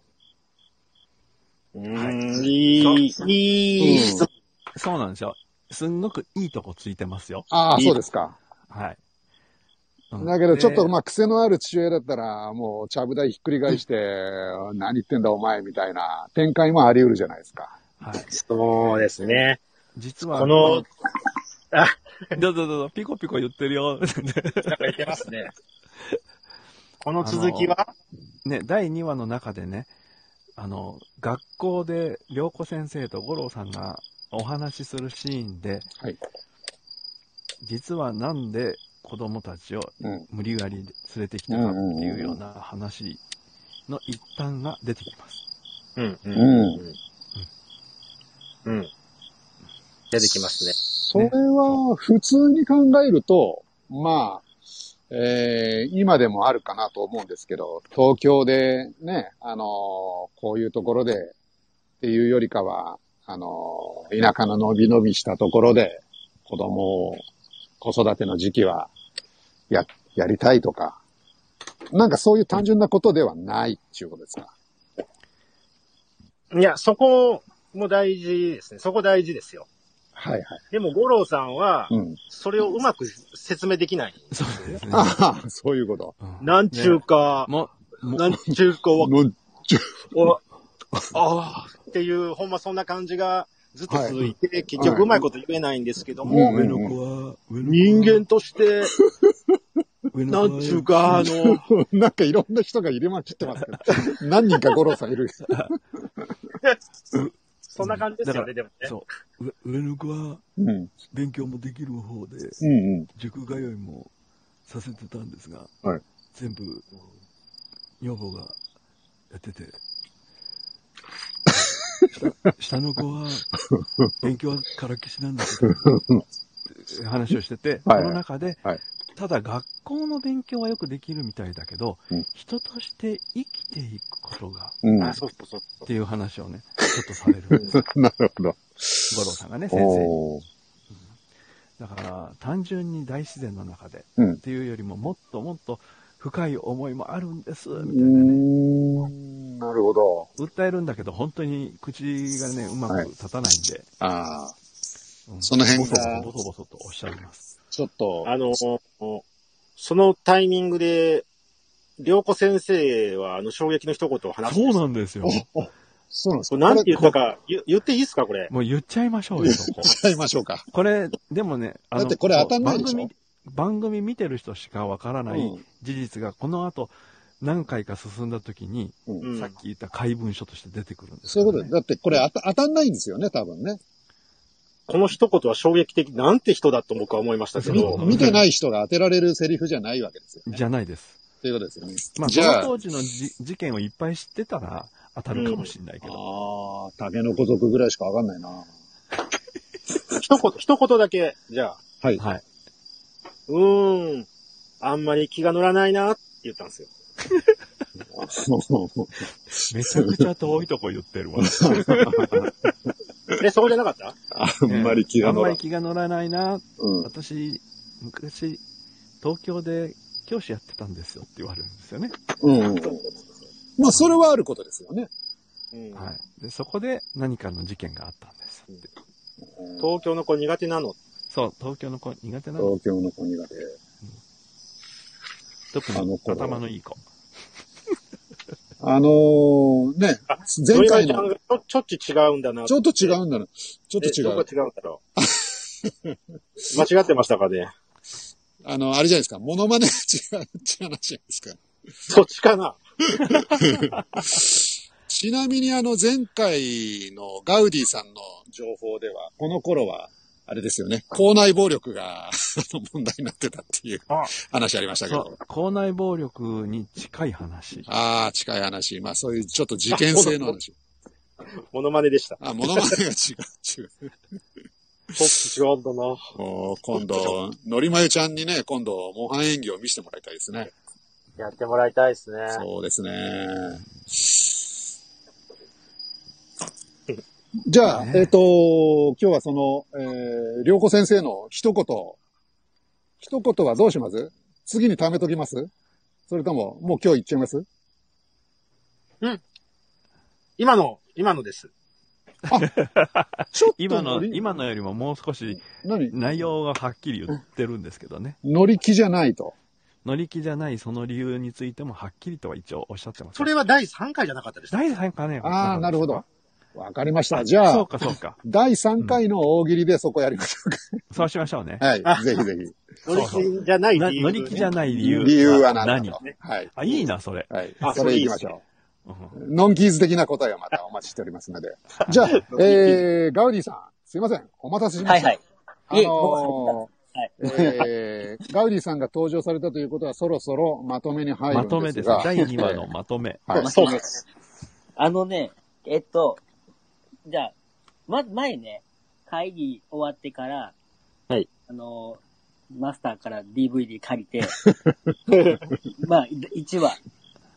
[SPEAKER 2] うーん、いい、いい質問
[SPEAKER 3] そうなんですよ。すんごくいいとこついてますよ。
[SPEAKER 1] ああ、
[SPEAKER 2] いい
[SPEAKER 1] そうですか。
[SPEAKER 3] はい。うん
[SPEAKER 1] だけど、ちょっと、
[SPEAKER 3] で
[SPEAKER 1] まあ、癖のある父親だったら、もう、ちゃぶ台ひっくり返して、 <laughs> 何言ってんだお前、みたいな展開もあり得るじゃないですか。
[SPEAKER 3] はい。
[SPEAKER 2] そうですね。
[SPEAKER 3] 実は、
[SPEAKER 2] この、
[SPEAKER 3] どうぞどうぞ、ピコピコ言ってるよ。
[SPEAKER 2] なんか言ってますね。この続きは、
[SPEAKER 3] ね、第2話の中でね、あの、学校で、良子先生と五郎さんがお話しするシーンで、
[SPEAKER 1] はい
[SPEAKER 3] 実はなんで子供たちを
[SPEAKER 1] うん。
[SPEAKER 3] 無理やり連れてきたかっていうような話の一端が出てきます。
[SPEAKER 2] うん。うん。
[SPEAKER 1] うん
[SPEAKER 2] うん。出てきますね。
[SPEAKER 1] それは、普通に考えると、まあ、えー今でもあるかなと思うんですけど、東京でね、あのーこういうところでっていうよりかは、あのー田舎ののびのびしたところで、子供を子育ての時期はや、やりたいとか、なんかそういう単純なことではないっていうことですか。
[SPEAKER 2] いや、そこも大事ですね。そこ大事ですよ。
[SPEAKER 1] はいはい。
[SPEAKER 2] でも、五郎さんは、
[SPEAKER 1] うん。 <laughs>
[SPEAKER 2] それをうまく説明できない。
[SPEAKER 3] そうですね。
[SPEAKER 1] ああ、そういうこと。
[SPEAKER 3] うん
[SPEAKER 2] なんちゅうか、
[SPEAKER 3] もう、もう
[SPEAKER 2] なんち <laughs> ゅうかわ、
[SPEAKER 1] もう
[SPEAKER 2] おああ、っていう、ほんまそんな感じがずっと続いて、結局うまいこと言えないんですけど
[SPEAKER 1] う
[SPEAKER 2] も、
[SPEAKER 1] ん
[SPEAKER 3] 上の子は、上の子は
[SPEAKER 2] 人間、として、
[SPEAKER 3] 上の
[SPEAKER 2] な
[SPEAKER 3] 子は
[SPEAKER 2] んちゅうか、あの、
[SPEAKER 1] なんかいろんな人が入れまきってますけど、何人か五郎さんいる。
[SPEAKER 2] そんな感じですよね、でもね。
[SPEAKER 3] そう。上上の子は、
[SPEAKER 1] うん。うん
[SPEAKER 3] 勉強もできる方で、
[SPEAKER 1] うん。
[SPEAKER 3] 塾通いもさせてたんですが、
[SPEAKER 1] はい
[SPEAKER 3] 全部、女房がやっ
[SPEAKER 1] <laughs>
[SPEAKER 3] てて、下下の子は、
[SPEAKER 1] <laughs>
[SPEAKER 3] 勉強はからっきしなんだけど、
[SPEAKER 1] <laughs>
[SPEAKER 3] って話をしてて、
[SPEAKER 1] はいはい
[SPEAKER 3] この中で、
[SPEAKER 1] はい
[SPEAKER 3] ただ学校の勉強はよくできるみたいだけど、
[SPEAKER 1] うん
[SPEAKER 3] 人として生きていくことが、
[SPEAKER 1] うん。
[SPEAKER 2] あ
[SPEAKER 1] な
[SPEAKER 2] そうそうそうそ
[SPEAKER 3] っていう話をね、ちょっとさ
[SPEAKER 1] <laughs>
[SPEAKER 3] れるんです。
[SPEAKER 1] るほど。
[SPEAKER 3] 五郎さんがね、先生に。
[SPEAKER 1] おー
[SPEAKER 3] だから、単純に大自然の中で、
[SPEAKER 1] うん
[SPEAKER 3] っていうよりも、もっともっと深い思いもあるんです、みた
[SPEAKER 1] う
[SPEAKER 3] い
[SPEAKER 1] ー
[SPEAKER 3] なね。
[SPEAKER 1] ん。なるほど。
[SPEAKER 3] 訴えるんだけど、本当に口がね、うまく立たないんで、
[SPEAKER 1] ああ、
[SPEAKER 3] うん
[SPEAKER 1] その辺
[SPEAKER 3] ボソボ
[SPEAKER 1] が
[SPEAKER 3] ソボソボソとおっしゃいます。
[SPEAKER 1] ちょっと
[SPEAKER 2] う。あの、そのタイミングで、良子先生は、あの、衝撃の一言を話して
[SPEAKER 3] そう
[SPEAKER 2] な
[SPEAKER 3] なんですよ。
[SPEAKER 1] おおそうなんですか
[SPEAKER 2] これなんて言
[SPEAKER 1] こ
[SPEAKER 2] ったか、言言っていいですか、これ。
[SPEAKER 3] もう言っちゃいましょう
[SPEAKER 1] れ <laughs>
[SPEAKER 3] よ、
[SPEAKER 1] 言
[SPEAKER 3] そこ
[SPEAKER 1] っ。ちゃいましょうか。
[SPEAKER 3] これ、でもね、あの、
[SPEAKER 1] だってこれ当たんないでしょ
[SPEAKER 3] 番組、番組見てる人しかわから
[SPEAKER 1] う
[SPEAKER 3] ない
[SPEAKER 1] ん。
[SPEAKER 3] 事実が、この後、何回か進んだ時に、
[SPEAKER 2] うん
[SPEAKER 3] さっき言った怪文書として出てくるんです
[SPEAKER 1] そういうことで、
[SPEAKER 3] ね。
[SPEAKER 1] だってこれ当た当たんないんですよね、多分ね。
[SPEAKER 2] この一言は衝撃的、なんて人だと僕は思いましたけ
[SPEAKER 1] み
[SPEAKER 2] ど、
[SPEAKER 1] 見てない人が当てられるセリフじゃないわけですよね。
[SPEAKER 3] じゃないです。
[SPEAKER 1] ということですよね。
[SPEAKER 3] まあ、
[SPEAKER 1] じ
[SPEAKER 3] そ
[SPEAKER 1] ゃ
[SPEAKER 3] の
[SPEAKER 1] あ、
[SPEAKER 3] 当時のじ事件をいっぱい知ってたら当たるかもしれないけど。
[SPEAKER 1] ああ、竹の子族ぐらいしかわかんないな。
[SPEAKER 2] 一言、一言だけ、じゃあ、
[SPEAKER 1] はい。
[SPEAKER 3] はい。
[SPEAKER 2] うーん、あんまり気が乗らないなって言ったんですよ。
[SPEAKER 3] めちゃくちゃ遠いとこ言ってるわ。
[SPEAKER 2] え、そうじゃなかった
[SPEAKER 1] <laughs> あんまり気が乗
[SPEAKER 3] あん
[SPEAKER 1] ら
[SPEAKER 3] まり
[SPEAKER 1] ん。
[SPEAKER 3] 気が乗らないな。
[SPEAKER 1] うん。
[SPEAKER 3] 私、昔、東京で教師やってたんですよって言われるんですよね。
[SPEAKER 1] うん。まあ、それはあることですよね。
[SPEAKER 2] うん
[SPEAKER 3] はい。で、そこで何かの事件があったんですって。
[SPEAKER 2] 東京の子苦手なの。
[SPEAKER 3] そう、東京の子苦手なの。
[SPEAKER 1] 東京の子苦手。
[SPEAKER 3] 特
[SPEAKER 1] あの
[SPEAKER 3] に
[SPEAKER 1] 子
[SPEAKER 3] 頭のいい子。
[SPEAKER 1] あのー、ね
[SPEAKER 2] あ、
[SPEAKER 1] 前回
[SPEAKER 2] 土井ちゃん
[SPEAKER 1] の、
[SPEAKER 2] がちょちょっち違うんだな。
[SPEAKER 1] ちょっと違うんだな。ちょっと違
[SPEAKER 2] えどこ
[SPEAKER 1] う。
[SPEAKER 2] 違うんだろ <laughs> う。間違ってましたかね。
[SPEAKER 1] あの、あれじゃないですか。モノマネが違うって話じゃないですか。
[SPEAKER 4] <laughs>
[SPEAKER 2] そっちかな。
[SPEAKER 1] ちなみにあの前回のガウディさんの情報では、この頃は、あれですよね、校内暴力が <laughs> あの問題になってたっていう
[SPEAKER 2] あ
[SPEAKER 1] 話ありましたけ
[SPEAKER 3] そ
[SPEAKER 1] ど
[SPEAKER 3] う、。校内暴力に近い話。
[SPEAKER 1] ああ、近い話。まあそういうちょっと事件性の話。
[SPEAKER 2] モノマネでした。
[SPEAKER 1] あ、モノマネが違う、違う。
[SPEAKER 2] ちょっと違うんだな。
[SPEAKER 1] もう今度、のりまゆちゃんにね、今度、模範演技を見せてもらいたいですね。
[SPEAKER 2] やってもらいたいですね。
[SPEAKER 1] そうですね。 <laughs> じゃあ、
[SPEAKER 3] ね
[SPEAKER 1] えっ、と、今日はその、えー、良子先生の一言、一言はどうします次に貯めときますそれとも、もう今日言っちゃいます
[SPEAKER 2] 今の、今のです。
[SPEAKER 1] ちょっと
[SPEAKER 3] 今の、
[SPEAKER 1] り
[SPEAKER 3] 今のよりももう少し
[SPEAKER 1] 何
[SPEAKER 3] 内容がはっきり言ってるんですけどね。
[SPEAKER 1] 乗り気じゃないと。
[SPEAKER 3] 乗り気じゃないその理由についてもはっきりとは一応おっしゃってます。
[SPEAKER 2] それは第3回じゃなかったでした。
[SPEAKER 3] 第3回ね。
[SPEAKER 1] ああ、なるほど。。わかりました。じ
[SPEAKER 3] そ
[SPEAKER 1] ゃ
[SPEAKER 3] う
[SPEAKER 1] あ、
[SPEAKER 3] か、そうか。
[SPEAKER 1] 第3回の大喜利でそこやりましょうか。
[SPEAKER 3] そうしましょう <laughs> ね。
[SPEAKER 1] はい。ぜひぜひ。
[SPEAKER 2] 乗り気じゃない
[SPEAKER 3] な
[SPEAKER 2] 理由。
[SPEAKER 3] 乗り気じゃない理由。
[SPEAKER 1] <laughs> 理由は何だ
[SPEAKER 3] 何
[SPEAKER 1] と。はい。
[SPEAKER 3] あ、いいな、それ。
[SPEAKER 1] はい
[SPEAKER 2] あ。
[SPEAKER 1] それ行きましょう。
[SPEAKER 3] うん
[SPEAKER 1] ノンキーズ的な答えはまたお待ちしておりますので。じゃあ、えー、ガウディさん、すいません。お待たせしま
[SPEAKER 5] はい
[SPEAKER 1] した。
[SPEAKER 5] はい。
[SPEAKER 1] あ
[SPEAKER 5] いえ
[SPEAKER 1] のえーガウディさんが登場されたということは、そろそろまとめに入る
[SPEAKER 3] ま
[SPEAKER 1] んですが。
[SPEAKER 3] とめです。第2話のまとめ。
[SPEAKER 1] はい。
[SPEAKER 5] ま
[SPEAKER 1] は
[SPEAKER 5] あ
[SPEAKER 1] い。
[SPEAKER 2] そうです。
[SPEAKER 5] あのね、えっと、じゃあ、ま、前ね、会議終わってから、
[SPEAKER 4] はい。
[SPEAKER 5] あの、マスターから DVD 借りて、
[SPEAKER 1] <laughs>
[SPEAKER 5] まあ、1話。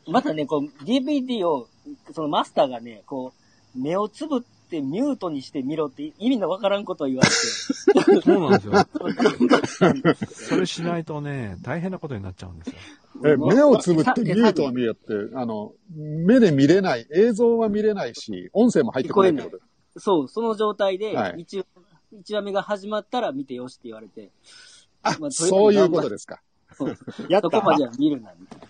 [SPEAKER 5] またね、こう、DVD を、そのマスターがね、こう、目をつぶってミュートにして見ろって意味のわからんことを言われて、
[SPEAKER 3] <laughs> そうなんですよ。
[SPEAKER 5] 頑張ったんです
[SPEAKER 3] そ
[SPEAKER 5] よ
[SPEAKER 3] れしないとね、大変なことになっちゃうんですよ。
[SPEAKER 1] <laughs> え、目をつぶってミュートは
[SPEAKER 5] さ
[SPEAKER 1] 見えよって、あの、目で見れない、映像は見れないし、音声も入ってこないってことで
[SPEAKER 5] そう、その状態で
[SPEAKER 1] はい
[SPEAKER 5] 一、一話目が始まったら見てよしって言われて、
[SPEAKER 1] あ、
[SPEAKER 5] まあとりあえず
[SPEAKER 1] そういうことですか。
[SPEAKER 5] そう
[SPEAKER 4] やっ
[SPEAKER 5] そ
[SPEAKER 4] た
[SPEAKER 5] こまでは見るな、みたいな。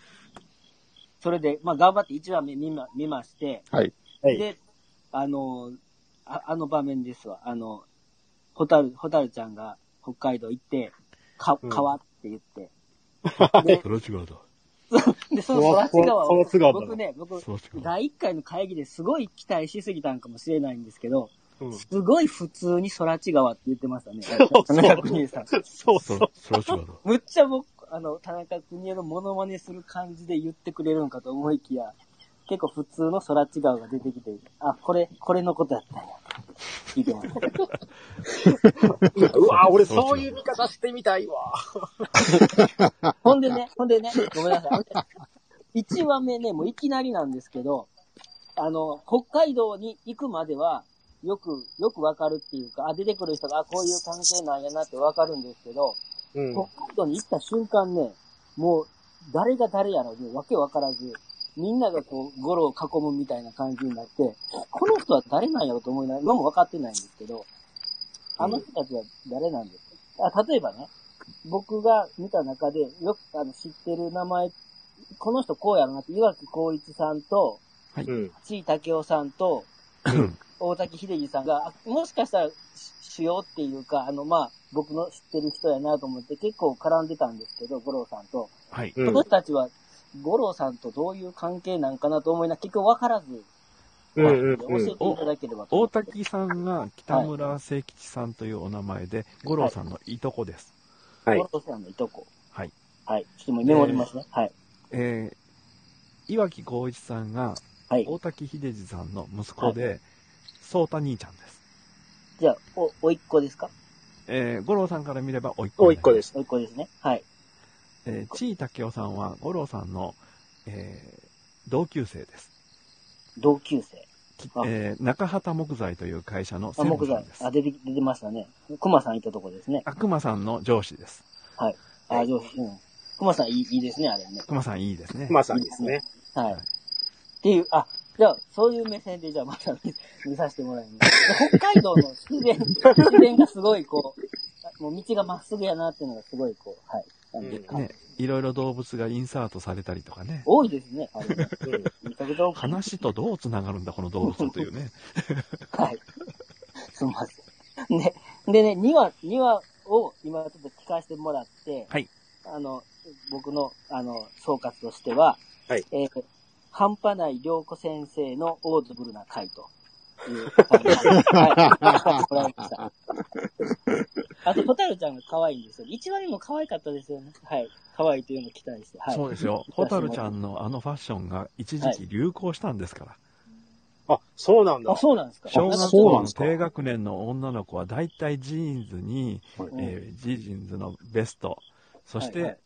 [SPEAKER 5] それで、まあ、頑張って1話目見ま見まして、
[SPEAKER 1] はい。
[SPEAKER 4] はい
[SPEAKER 5] で、あのあ、あの場面ですわ。あの、ホタル、ホタルちゃんが北海道行って、か、
[SPEAKER 4] うん
[SPEAKER 5] 川って言って。
[SPEAKER 3] それは違うだ。
[SPEAKER 5] で、その育ち川を、
[SPEAKER 4] 育ち川だ
[SPEAKER 5] 僕ね、僕、
[SPEAKER 3] それは違うだ。
[SPEAKER 5] 第1回の会議ですごい期待しすぎたんかもしれないんですけど、
[SPEAKER 4] うん
[SPEAKER 5] すごい普通に空ち川って言ってまし
[SPEAKER 4] <laughs>
[SPEAKER 5] たね。
[SPEAKER 4] う
[SPEAKER 5] 田中邦衛さん。
[SPEAKER 4] そう
[SPEAKER 3] そ
[SPEAKER 4] そう
[SPEAKER 3] れ。それは違うだ。
[SPEAKER 5] むっちゃ僕、あの、田中邦衛のモノマネする感じで言ってくれるんかと思いきや、結構普通の空違うが出てきて、あ、これ、これのことやったんや。聞
[SPEAKER 4] <laughs>
[SPEAKER 5] いてました。
[SPEAKER 4] うわ俺
[SPEAKER 3] そういう
[SPEAKER 4] 見方してみたいわ。
[SPEAKER 5] ほんでね、ほんでね、ごめんなさい。1話目ね、もういきなりなんですけど、あの、北海道に行くまでは、よく、よくわかるっていうか、あ、出てくる人が、あ、こういう関係なんやなってわかるんですけど、
[SPEAKER 4] うん。
[SPEAKER 5] 北海道に行った瞬間ね、もう、誰が誰やらね、わけわからず、みんながこう、ゴロを囲むみたいな感じになって、この人は誰なんやろと思いながら、今も分かってないんですけど、あの人たちは誰なんですかあ例えばね、僕が見た中で、よくあの知ってる名前、この人こうやろなって、岩木光一さんと、
[SPEAKER 4] うん。
[SPEAKER 5] ちいたけおさんと、大滝秀治さんが、あもしかしたらし主要っていうか、あの、まあ、僕の知ってる人やなと思って結構絡んでたんですけど、五郎さんと。
[SPEAKER 3] はい。
[SPEAKER 4] う
[SPEAKER 5] そ
[SPEAKER 4] ん
[SPEAKER 5] の人たちは、五郎さんとどういう関係なんかなと思いながら、結局分からず、
[SPEAKER 4] うんうんう
[SPEAKER 5] 教え
[SPEAKER 4] ん
[SPEAKER 5] ていただければと思
[SPEAKER 3] 大
[SPEAKER 5] って。
[SPEAKER 3] 滝さんが北村誠吉さんというお名前で、五郎さんのいとこです。
[SPEAKER 4] はい
[SPEAKER 5] 五郎さんのいとこ。
[SPEAKER 3] はい。
[SPEAKER 5] はい。ちょっともうメモりますね。はい。
[SPEAKER 3] えー、岩木光一さんが
[SPEAKER 5] はい。
[SPEAKER 3] 大滝秀治さんの息子で、宗太兄ちゃんです。
[SPEAKER 5] じゃあ、お、おいっ子ですか
[SPEAKER 3] えー、五郎さんから見ればおいっ子
[SPEAKER 4] お
[SPEAKER 3] に
[SPEAKER 4] 一
[SPEAKER 3] なります
[SPEAKER 4] 個です。
[SPEAKER 5] おいっ子ですね。はい。
[SPEAKER 3] えー、ちいたけおさんは五郎さんの、えー同級生です。
[SPEAKER 5] 同級生。
[SPEAKER 3] き
[SPEAKER 5] あ
[SPEAKER 3] えー中畑木材という会社の
[SPEAKER 5] あ、
[SPEAKER 3] 専
[SPEAKER 5] 木
[SPEAKER 3] 務さん
[SPEAKER 5] 材
[SPEAKER 3] で。す
[SPEAKER 5] あ、。出て、出てましたね。熊さんいたとこですね。
[SPEAKER 3] 悪魔さんの上司です。
[SPEAKER 5] あ、上司。うん。熊さんいい、いいですね、あれね。
[SPEAKER 3] 熊さんいいですね。
[SPEAKER 4] まさにですね。
[SPEAKER 5] はい。っていう、あ、じゃあ、そういう目線で、じゃあまた見見させてもらいます。北海道の自然、自然がすごいこう、もう道がまっすぐやなっていうのがすごいこう、はい。感じる
[SPEAKER 4] うん
[SPEAKER 3] ね、いろいろ動物がインサートされたりとかね。
[SPEAKER 5] 多いですね、あれ。
[SPEAKER 4] うん
[SPEAKER 5] めちゃくちゃ多く
[SPEAKER 3] 話とどう繋がるんだ、この動物というね。
[SPEAKER 5] はい。すみません。ね、でね、2話、2話を今ちょっと聞かせてもらって、
[SPEAKER 3] はい。
[SPEAKER 5] あの、僕の、あの、総括としては、
[SPEAKER 4] はい
[SPEAKER 5] えー半端ない良子先生のオーズブルな回と。いう感じではい。 <laughs> もらいました。あと、ホタルちゃんが可愛いんですよ。一番にも可愛かったですよね。はい。可愛いというのを期待して。 <laughs> はい。
[SPEAKER 3] そうです
[SPEAKER 5] <laughs>
[SPEAKER 3] よ。ホタルちゃんのあのファッションが一時期流行したんですから。
[SPEAKER 4] あ、そうなんだ
[SPEAKER 5] あ、。そうなんですか
[SPEAKER 3] 小
[SPEAKER 1] あ
[SPEAKER 3] 学
[SPEAKER 1] そ
[SPEAKER 3] 校
[SPEAKER 1] うなん
[SPEAKER 3] の
[SPEAKER 1] ですか
[SPEAKER 3] 低学年の女の子は大体ジーンズに、
[SPEAKER 5] うん
[SPEAKER 3] えージーンズのベスト、そして、
[SPEAKER 5] はいはい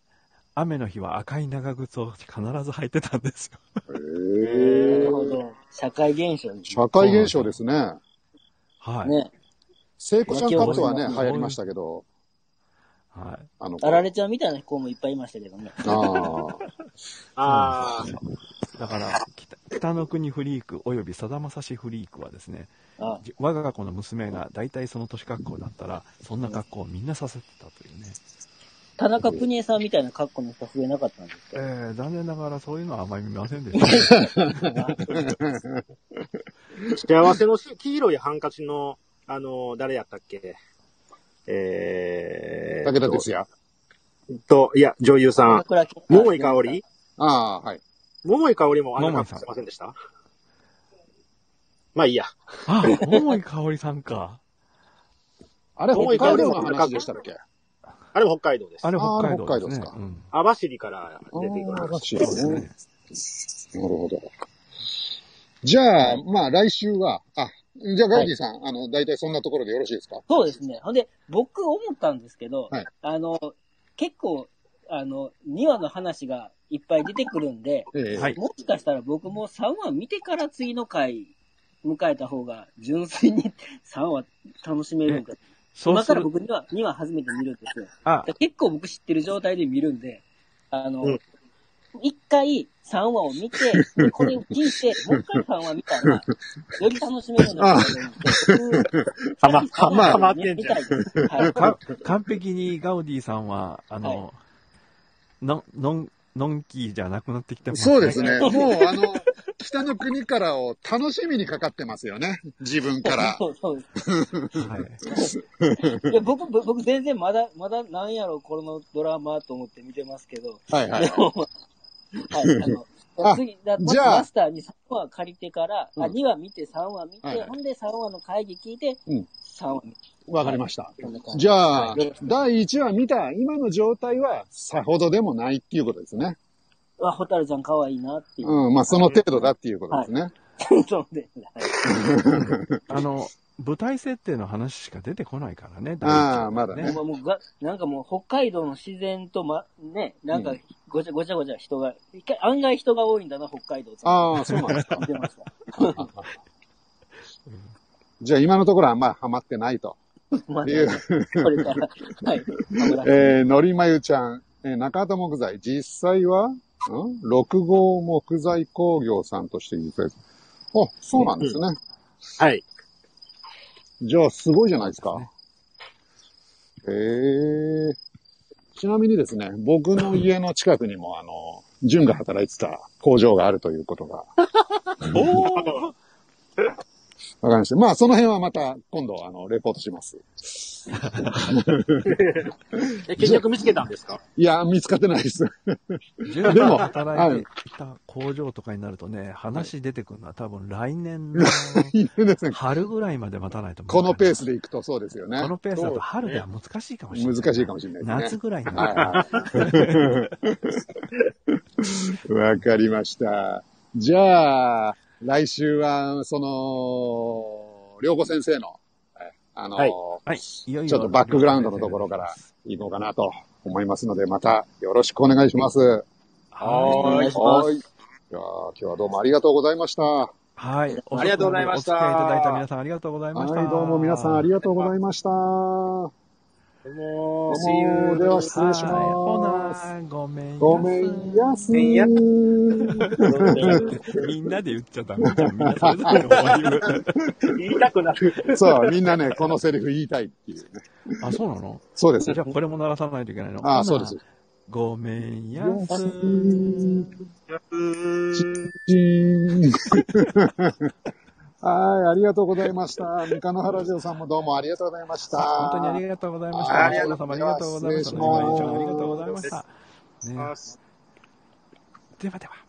[SPEAKER 3] 雨の日は赤い長靴を必ず履いてたんですよ。
[SPEAKER 5] な
[SPEAKER 1] へ
[SPEAKER 5] る
[SPEAKER 1] え。
[SPEAKER 5] ほど。社会現象です
[SPEAKER 1] 社会現象ですね。
[SPEAKER 3] はい。
[SPEAKER 5] ね。
[SPEAKER 1] 聖子ちゃんカットはね、
[SPEAKER 3] 球
[SPEAKER 5] 野
[SPEAKER 1] 流
[SPEAKER 3] ボール
[SPEAKER 1] 行りましたけど、
[SPEAKER 3] はい。
[SPEAKER 1] あの子、
[SPEAKER 5] あられちゃんみたいな子もいっぱいいましたけどね。
[SPEAKER 1] ああ。
[SPEAKER 4] ああ、
[SPEAKER 3] だから、北北の国フリークおよびさだまさしフリークはですね、
[SPEAKER 5] あ
[SPEAKER 3] じ我が子の娘が大体その年格好だったら、そんな格好をみんなさせてたというね。
[SPEAKER 5] 田中邦衛さんみたいな格好の人増えなかったんです
[SPEAKER 3] え
[SPEAKER 5] か
[SPEAKER 3] ー残念ながらそういうのはあまり見ませんでした。
[SPEAKER 4] 幸せのし黄色いハンカチの、あの、誰やったっけえー。
[SPEAKER 1] 武田鉄矢。
[SPEAKER 4] と、いや、女優さん。
[SPEAKER 5] 桜木
[SPEAKER 4] 桃井香織
[SPEAKER 1] ああ、はい。
[SPEAKER 4] 桃井香織もあんな
[SPEAKER 3] 桃井
[SPEAKER 4] 格好し
[SPEAKER 3] さん
[SPEAKER 4] てませんでしたまあいいや。
[SPEAKER 3] <laughs> あ、桃井かおりさんか。
[SPEAKER 1] あれ、
[SPEAKER 4] 遠い
[SPEAKER 1] 北海道の
[SPEAKER 4] 遠い
[SPEAKER 1] 話でしたっけ
[SPEAKER 4] あれも北海道です。
[SPEAKER 3] あれ
[SPEAKER 1] あー
[SPEAKER 3] 北海道
[SPEAKER 1] 北海
[SPEAKER 3] で
[SPEAKER 1] 道
[SPEAKER 3] す
[SPEAKER 1] ですか。
[SPEAKER 3] ねうん
[SPEAKER 4] 網走から出てき
[SPEAKER 1] あ
[SPEAKER 4] ま
[SPEAKER 1] あ、
[SPEAKER 4] す。
[SPEAKER 1] らしい
[SPEAKER 3] そ
[SPEAKER 1] で
[SPEAKER 3] うですす
[SPEAKER 1] ね。
[SPEAKER 3] ね。
[SPEAKER 1] なるほど。じゃあ、まあ来週は、あ、じゃあガイディさん、あの、大体そんなところでよろしいですか
[SPEAKER 5] そうですね。ほんで、僕思ったんですけど、
[SPEAKER 1] はい
[SPEAKER 5] あの、結構、あの、2話の話がいっぱい出てくるんで、
[SPEAKER 1] ええ
[SPEAKER 3] はい
[SPEAKER 5] もしかしたら僕も3話見てから次の回迎えた方が、純粋に3話楽しめるんか。
[SPEAKER 3] そう
[SPEAKER 5] 今
[SPEAKER 3] す
[SPEAKER 5] から
[SPEAKER 3] る
[SPEAKER 5] 僕には2話初めて見るんですよ。だ
[SPEAKER 3] あ
[SPEAKER 5] か、ら結構僕知ってる状態で見るんで、あの、
[SPEAKER 4] うん
[SPEAKER 5] 一回3話
[SPEAKER 1] <laughs>
[SPEAKER 5] を見て、でこれを聞いて、もう一回3話見たら、より楽しめるんだと思って、そういう
[SPEAKER 4] はま、はま、はまっ
[SPEAKER 5] み
[SPEAKER 4] てんじゃん。
[SPEAKER 5] はい。
[SPEAKER 3] か完璧にガウディさんは、あの、の、のん、のんきじゃなくなってきてます
[SPEAKER 1] そうです
[SPEAKER 3] ね。
[SPEAKER 1] ね。もうあの、北の国からを楽しみにかかってますよね。自分から。
[SPEAKER 5] そうそうで
[SPEAKER 3] はい。
[SPEAKER 5] す。いや、僕、僕僕全然まだ、まだなんやろ、このドラマと思って見てますけど、
[SPEAKER 1] <laughs> はいはい。
[SPEAKER 5] はい、あの、
[SPEAKER 1] あ
[SPEAKER 5] 次、だ
[SPEAKER 1] じゃあ
[SPEAKER 5] マスターに3話借りてから、
[SPEAKER 1] うん
[SPEAKER 5] あ、2話見て、3話見て、
[SPEAKER 1] はいはい
[SPEAKER 5] ほんで3話の会議聞いて、
[SPEAKER 1] うん
[SPEAKER 5] 3話見て、
[SPEAKER 1] わかりました。
[SPEAKER 5] こんな感じ。
[SPEAKER 1] じゃあ
[SPEAKER 5] はい、
[SPEAKER 1] 第1話見た今の状態はさほどでもないっていうことですね。
[SPEAKER 5] うわ、ホタルちゃん可愛いなっていう。
[SPEAKER 1] うん、まあその程度だっていうことですね。
[SPEAKER 5] そうですね。はい
[SPEAKER 3] あの、舞台設定の話しか出てこないからね、
[SPEAKER 1] ああ
[SPEAKER 3] 第一話
[SPEAKER 1] ま <laughs> だね
[SPEAKER 5] もうもうがなんかもう北海道の自然とま、ね、なんか
[SPEAKER 1] うん
[SPEAKER 5] ごちゃごちゃごちゃ人が、一回案外人が多いんだな、北海道って。
[SPEAKER 1] ああ、そうなんですか。
[SPEAKER 5] 出ました。
[SPEAKER 1] じゃあ今のところはあんまりハマってないと。
[SPEAKER 5] <laughs> まあ、
[SPEAKER 1] 理由
[SPEAKER 5] これから、
[SPEAKER 1] <laughs>
[SPEAKER 5] はい、油で
[SPEAKER 1] えー、のりまゆちゃん、えー中畑木材、実際は、ん ?6 号木材工業さんとして実際。あ、そうなんですね。
[SPEAKER 4] はい。
[SPEAKER 1] じゃあ、すごいじゃないですか。えー、ちなみにですね、僕の家の近くにも、あの、純が働いてた工場があるということが
[SPEAKER 3] おー
[SPEAKER 1] わかりました。まあ、その辺はまた、今度、あの、レポートします。
[SPEAKER 4] え、結局見つけたんですか
[SPEAKER 1] いや、見つかってないです。 <laughs>
[SPEAKER 3] 10
[SPEAKER 1] でも
[SPEAKER 3] 年働いていた工場とかになるとね、話出てくるのは多分来
[SPEAKER 1] <laughs>
[SPEAKER 3] 年の
[SPEAKER 1] いるんですね
[SPEAKER 3] 春ぐらいまで待たないと
[SPEAKER 1] このペース
[SPEAKER 3] で。
[SPEAKER 1] で行くとそうですよね。
[SPEAKER 3] このペースだと春では難しいかもしれない。
[SPEAKER 1] 難しいかもしれないです
[SPEAKER 3] 夏
[SPEAKER 1] ね。
[SPEAKER 3] ぐらいにな
[SPEAKER 1] はい
[SPEAKER 3] る。
[SPEAKER 1] はい。わかりました。じゃあ、来週は、その、良子先生の、えあの、
[SPEAKER 4] はい
[SPEAKER 3] はい、いよいよ。
[SPEAKER 1] ちょっとバックグラウンドのところから行こうかなと思いますので、またよろしくお願いします。は
[SPEAKER 3] は。
[SPEAKER 4] お願いします
[SPEAKER 1] い。じゃあ、今日はどうもありがとうございました。はい
[SPEAKER 3] はい。
[SPEAKER 4] ありがとうございました
[SPEAKER 3] お付き合いいただいた皆さんありがとうございました。
[SPEAKER 1] い、どうも皆さんありがとうございました。
[SPEAKER 4] どうも
[SPEAKER 1] どうもでは失礼します
[SPEAKER 3] はいほな、ごめんやす。
[SPEAKER 1] ごめんやす。
[SPEAKER 4] めんや
[SPEAKER 3] みんなで言っちゃダメじゃん。みんなそれぞれの終わ
[SPEAKER 4] 言いたくなる。
[SPEAKER 1] <laughs> そう、みんなね、このセリフ言いたいっていうね。
[SPEAKER 3] り。 <laughs> あ、そうなの
[SPEAKER 1] そうです
[SPEAKER 3] じゃ
[SPEAKER 1] よ。
[SPEAKER 3] あこれも鳴らさないといけない
[SPEAKER 1] あ
[SPEAKER 3] の。ほな
[SPEAKER 1] あ、そうです。。
[SPEAKER 3] ごめんやす。
[SPEAKER 1] チーン <laughs> はい、ありがとうございました。三河原城さんもどうもありがとうございました。
[SPEAKER 3] 本当にありがとうございまし
[SPEAKER 1] は
[SPEAKER 3] た。
[SPEAKER 1] い
[SPEAKER 3] お疲れ様ありがとうございました。
[SPEAKER 1] 失礼します
[SPEAKER 3] 今井ちゃんありがとうございました。ね、ではでは。